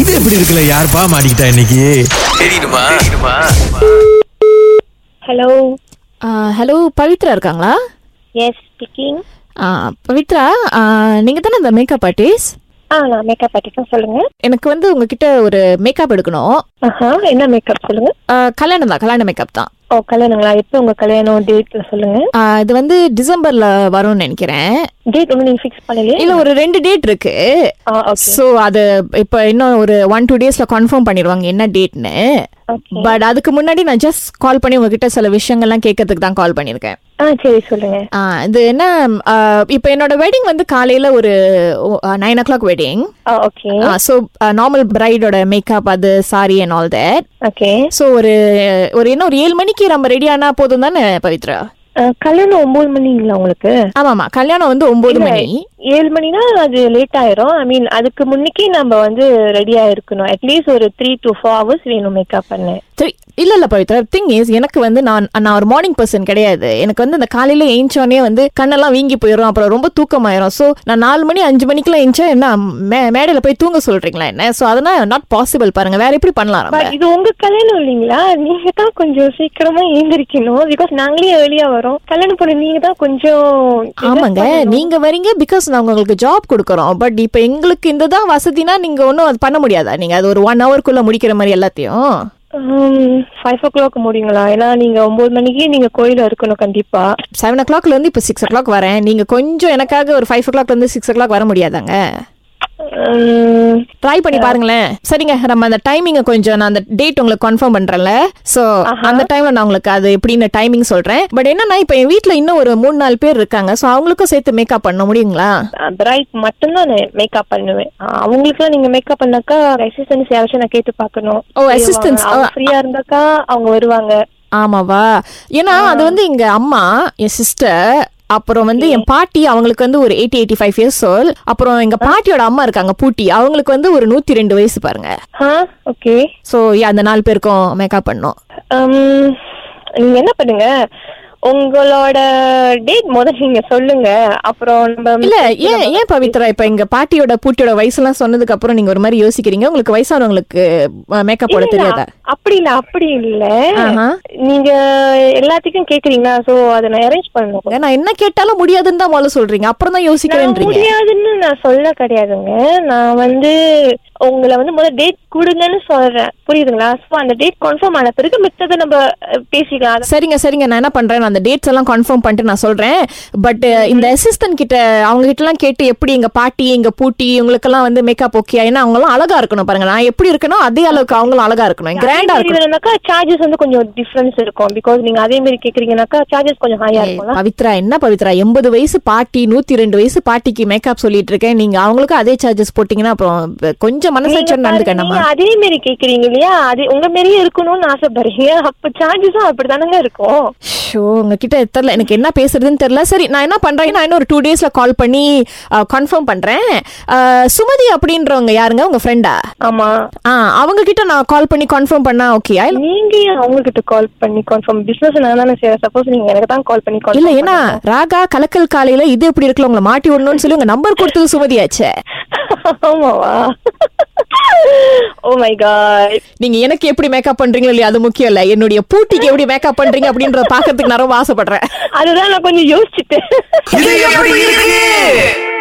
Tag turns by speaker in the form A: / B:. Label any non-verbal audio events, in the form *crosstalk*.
A: இது எப்படி இருக்குல்ல யாருப்பா மாட்டிக்கிட்டா இன்னைக்கு
B: தெரியுமா
C: ஹலோ
D: ஹலோ பவித்ரா இருக்காங்களா
C: எஸ் ஸ்பீக்கிங்
D: ஆ, பவித்ரா நீங்கள் தானே அந்த மேக்கப் ஆர்டிஸ்ட்
C: ஆ நான் மேக்கப் ஆர்டிஸ்ட் சொல்லுங்க
D: எனக்கு வந்து உங்ககிட்ட ஒரு மேக்கப் எடுக்கணும்
C: ஆஹா என்ன மேக்கப் சொல்லுங்க
D: ஆ, கல்யாணம் தான் கல்யாண மேக்கப் தான்
C: ஓ கல்யாணங்களா எப்போ உங்க கல்யாணம் டேட் சொல்லுங்க
D: ஆ, இது வந்து டிசம்பரில் வரும்னு நினைக்கிறேன்
C: டேட் ஒன்று நீங்க ஃபிக்ஸ் பண்ணலையே
D: இல்லை ஒரு ரெண்டு டேட் இருக்கு
C: ஆ ஓகே
D: ஸோ அது இப்போ இன்னும் ஒரு ஒன் டூ டேஸில் கன்ஃபார்ம் பண்ணிடுவாங்க என்ன டேட்னு
C: ஓகே
D: பட் அதுக்கு முன்னாடி நான் ஜஸ்ட் கால் பண்ணி உங்ககிட்ட சில விஷயங்கள்லாம் கேட்கறதுக்கு தான் கால் பண்ணியிருக்கேன்
C: ஆ சரி சொல்லுங்க
D: ஆ, இது என்ன ஆ, இப்போ என்னோட வெட்டிங் வந்து காலையில் ஒரு நைன் ஓ கிளாக் வெட்டிங்
C: ஆ ஓகே
D: ஸோ நார்மல் பிரைடோட மேக்கப் அது sari and all that
C: okay
D: so ஒரு ஒரு என்ன ஒரு ஏழு மணிக்கு நம்ம ரெடி ஆனா போதும் தானே பவித்ரா
C: கல்யாணம் ஒன்பது மணிங்களா உங்களுக்கு
D: ஆமாமா கல்யாணம் வந்து ஒன்பது
C: இல்ல,
D: மணி
C: ஏழு மணினா அது லேட் ஆயிரும் ஐ மீன் அதுக்கு முன்னிக்கே நம்ம வந்து ரெடியா இருக்கணும் அட்லீஸ்ட் ஒரு த்ரீ டு ஃபோர் ஹவர்ஸ் வேணும் மேக்கப் பண்ண
D: சரி, இல்ல இல்ல பவித்ரா திங் இஸ் எனக்கு வந்து நான் நான் ஒரு மார்னிங் பர்சன் கிடையாது எனக்கு வந்து இந்த காலையில ஏஞ்சோடனே வந்து கண்ணெல்லாம் வீங்கி போயிடும் அப்புறம் ரொம்ப தூக்கமாயிரும் ஸோ நான் நாலு மணி அஞ்சு மணிக்கெல்லாம் ஏஞ்சா என்ன மே மேடையில போய் தூங்க சொல்றீங்களா என்ன ஸோ அதெல்லாம் நாட் பாசிபிள் பாருங்க வேற எப்படி பண்ணலாம் நம்ம?
C: But இது உங்க கல்யாணம் இல்லைங்களா நீங்க தான் கொஞ்சம் சீக்கிரமா எழுந்திருக்கணும் பிகாஸ் நாங்களே ஏர்லியா வரோம் கல்யாணம் பொண்ணு நீங்க தான் கொஞ்சம் adjust
D: ஆமாங்க
C: பண்ணணும்.
D: நீங்க வரீங்க பிகாஸ் நாங்க உங்களுக்கு ஜாப் கொடுக்குறோம் பட் இப்போ எங்களுக்கு இந்த தான் வசதினா நீங்க ஒன்றும் அது பண்ண முடியாதா நீங்க அது ஒரு ஒன் ஹவர்க்குள்ள முடிக்கிற மாதிரி எல்லாத்தையும்
C: ஃபைவ் ஓ கிளாக் முடியுங்களா ஏன்னா நீங்க ஒன்பது மணிக்கு நீங்க கோயில இருக்கணும் கண்டிப்பா
D: செவன் ஓ கிளாக்ல இருந்து இப்போ சிக்ஸ் ஓ கிளாக் வரேன் நீங்க கொஞ்சம் எனக்காக ஒரு ஃபைவ் ஓ கிளாக்ல இருந்து சிக்ஸ் ஓ கிளாக் வர முடியாதாங்க
C: உம்,
D: ட்ரை பண்ணி பாருங்களேன் சரிங்க நம்ம அந்த டைமிங்கை கொஞ்சம் நான் அந்த டேட் உங்களுக்கு கன்ஃபார்ம் பண்றேன்ல ஸோ அந்த டைம்ல நான் உங்களுக்கு அது எப்படின்னு டைமிங் சொல்றேன் பட் என்னன்னா இப்போ என் வீட்டில் இன்னும் ஒரு மூணு நாலு பேர் இருக்காங்க ஸோ அவங்களுக்கும் சேர்த்து மேக்கப் பண்ண முடியுங்களா
C: பிரைட் மட்டும்தான் நான் மேக்கப் பண்ணுவேன் அவங்களுக்குலாம் நீங்க மேக்கப் பண்ணாக்கா அசிஸ்டன்ஸ் யாராச்சும் நான் கேட்டு பார்க்கணும்
D: ஓ, assistants.
C: ஃப்ரீயா இருந்தாக்கா அவங்க வருவாங்க
D: ஆமாவா ஏன்னா அது வந்து எங்க அம்மா என் சிஸ்டர் அப்புறம் வந்து என் பாட்டி அவங்களுக்கு வந்து ஒரு eighty eighty five years old அப்புறம் எங்க பாட்டியோட அம்மா இருக்காங்க பூட்டி அவங்களுக்கு வந்து ஒரு நூத்தி ரெண்டு வயசு பாருங்க
C: ஆ ஓகே
D: ஸோ அந்த நாலு பேருக்கும் மேக்கப் பண்ணோம்
C: உம், Um, நீங்க என்ன பண்ணுங்க உங்களோட டேட் முதல்ல நீங்க சொல்லுங்க அப்புறம் நம்ம
D: இல்ல ஏன் ஏன் பவித்ரா இப்ப எங்க பாட்டியோட பூட்டியோட வயசுலாம் சொன்னதுக்கு அப்புறம் நீங்க ஒரு மாதிரி யோசிக்கிறீங்க உங்களுக்கு வயசானவங்களுக்கு மேக்கப் போட
C: இல்ல,
D: தெரியாதா
C: அப்படி இல்ல அப்படி இல்ல
D: ஆஹா.
C: நீங்க எல்லாத்துக்கும் கேக்குறீங்களா சோ அத நான் அரேஞ்ச் பண்ணணும்
D: நான் என்ன கேட்டாலும் முடியாதுன்னு தான் முதல்ல சொல்றீங்க அப்புறம் தான்
C: நான்
D: யோசிக்கிறேன்றீங்க
C: முடியாதுன்னு நான் சொல்ல கிடையாதுங்க நான் வந்து உங்களை வந்து முதல் டேட் கொடுங்கன்னு சொல்றேன் புரியுதுங்களா சோ அந்த டேட் கன்ஃபார்ம் ஆன பிறகு மித்ததை நம்ம அஹ், பேசிக்கலாம் அத-
D: சரிங்க சரிங்க நான் என்ன பண்றேன் நான் அந்த டேட்ஸ் எல்லாம் கன்ஃபார்ம் பண்ணிட்டு நான் சொல்றேன் பட் இந்த அசிஸ்டன்ட் கிட்ட அவங்க கிட்டலாம் கேட்டு எப்படி எங்க பாட்டி எங்க பூட்டி இவங்களுக்கெல்லாம் வந்து மேக்கப் ஓகே ஏன்னா அவங்கலாம் அழகா இருக்கணும் பாருங்க நான் எப்படி இருக்கனோ அதே அளவுக்கு அவங்களும் அழகா இருக்கணும் கிராண்டா
C: அதே மாதிரி
D: இருக்கணும்
C: வேணும்னாக்கா சார்ஜஸ் வந்து கொஞ்சம் டிஃபரன்ஸ் இருக்கும் பிகாஸ் நீங்க அதே மாதிரி கேக்குறீங்கனாக்கா சார்ஜஸ் கொஞ்சம் ஹையா
D: ஏய்,
C: இருக்கும்ல
D: பவித்ரா என்ன பவித்ரா எண்பது வயசு பாட்டி நூத்தி ரெண்டு வயசு பாட்டிக்கு மேக்கப் சொல்லிட்டு இருக்கேன் நீங்க அவங்களுக்கும் அதே சார்ஜஸ் போட்டீங்கன்னா அப்புறம் கொஞ்சம்
C: நீங்க
D: மனசாட்சி
C: பாருங்க,
D: நடந்துக்கணுமா
C: நீங்க அதே மாதிரி கேக்குறீங்க இல்லையா அது உங்க மாதிரியே இருக்கணும்னு ஆசைப்படுறீங்க அப்ப சார்ஜஸும் அப்படிதானங்க இருக்கும்
D: ஷோ உங்ககிட்ட தெரியல எனக்கு என்ன பேசுறதுன்னு தெரியல சரி நான் என்ன பண்றேன்னா இன்னும் ஒரு டூ டேஸ்ல கால் பண்ணி கன்ஃபார்ம் பண்றேன் ஆ, சுமதி அப்படின்றவங்க யாருங்க உங்க ஃப்ரெண்டா
C: ஆமா
D: ஆ அவங்க கிட்ட நான் கால் பண்ணி கன்ஃபார்ம் பண்ணா ஓகே இல்ல
C: நீங்க ஏன் அவங்ககிட்ட கால் பண்ணி கன்ஃபார்ம் பிசினஸ் நான் தானே செய்யறேன் சப்போஸ் நீங்க எனக்கு தான் கால் பண்ணி
D: இல்ல
C: கால்
D: ஏன்னா ராகா கலக்கல் காலையில இது எப்படி இருக்குல்ல உங்களை மாட்டி விடணும்னு சொல்லி உங்க நம்பர் கொடுத்தது சுமதியாச்சே
C: *laughs* ஆமாவா Oh ஓ மை காட்
D: நீங்க எனக்கு எப்படி மேக்கப் பண்றீங்களோ இல்லையா அது முக்கியம் இல்ல என்னுடைய பூட்டிக்கு எப்படி மேக்கப் பண்றீங்க அப்படின்றத பாக்கிறதுக்கு நான் ரொம்ப ஆசைப்படுறேன்
C: அதுதான் நான் கொஞ்சம் யோசிச்சுட்டேன் *laughs*
B: இது எப்படி இருக்கு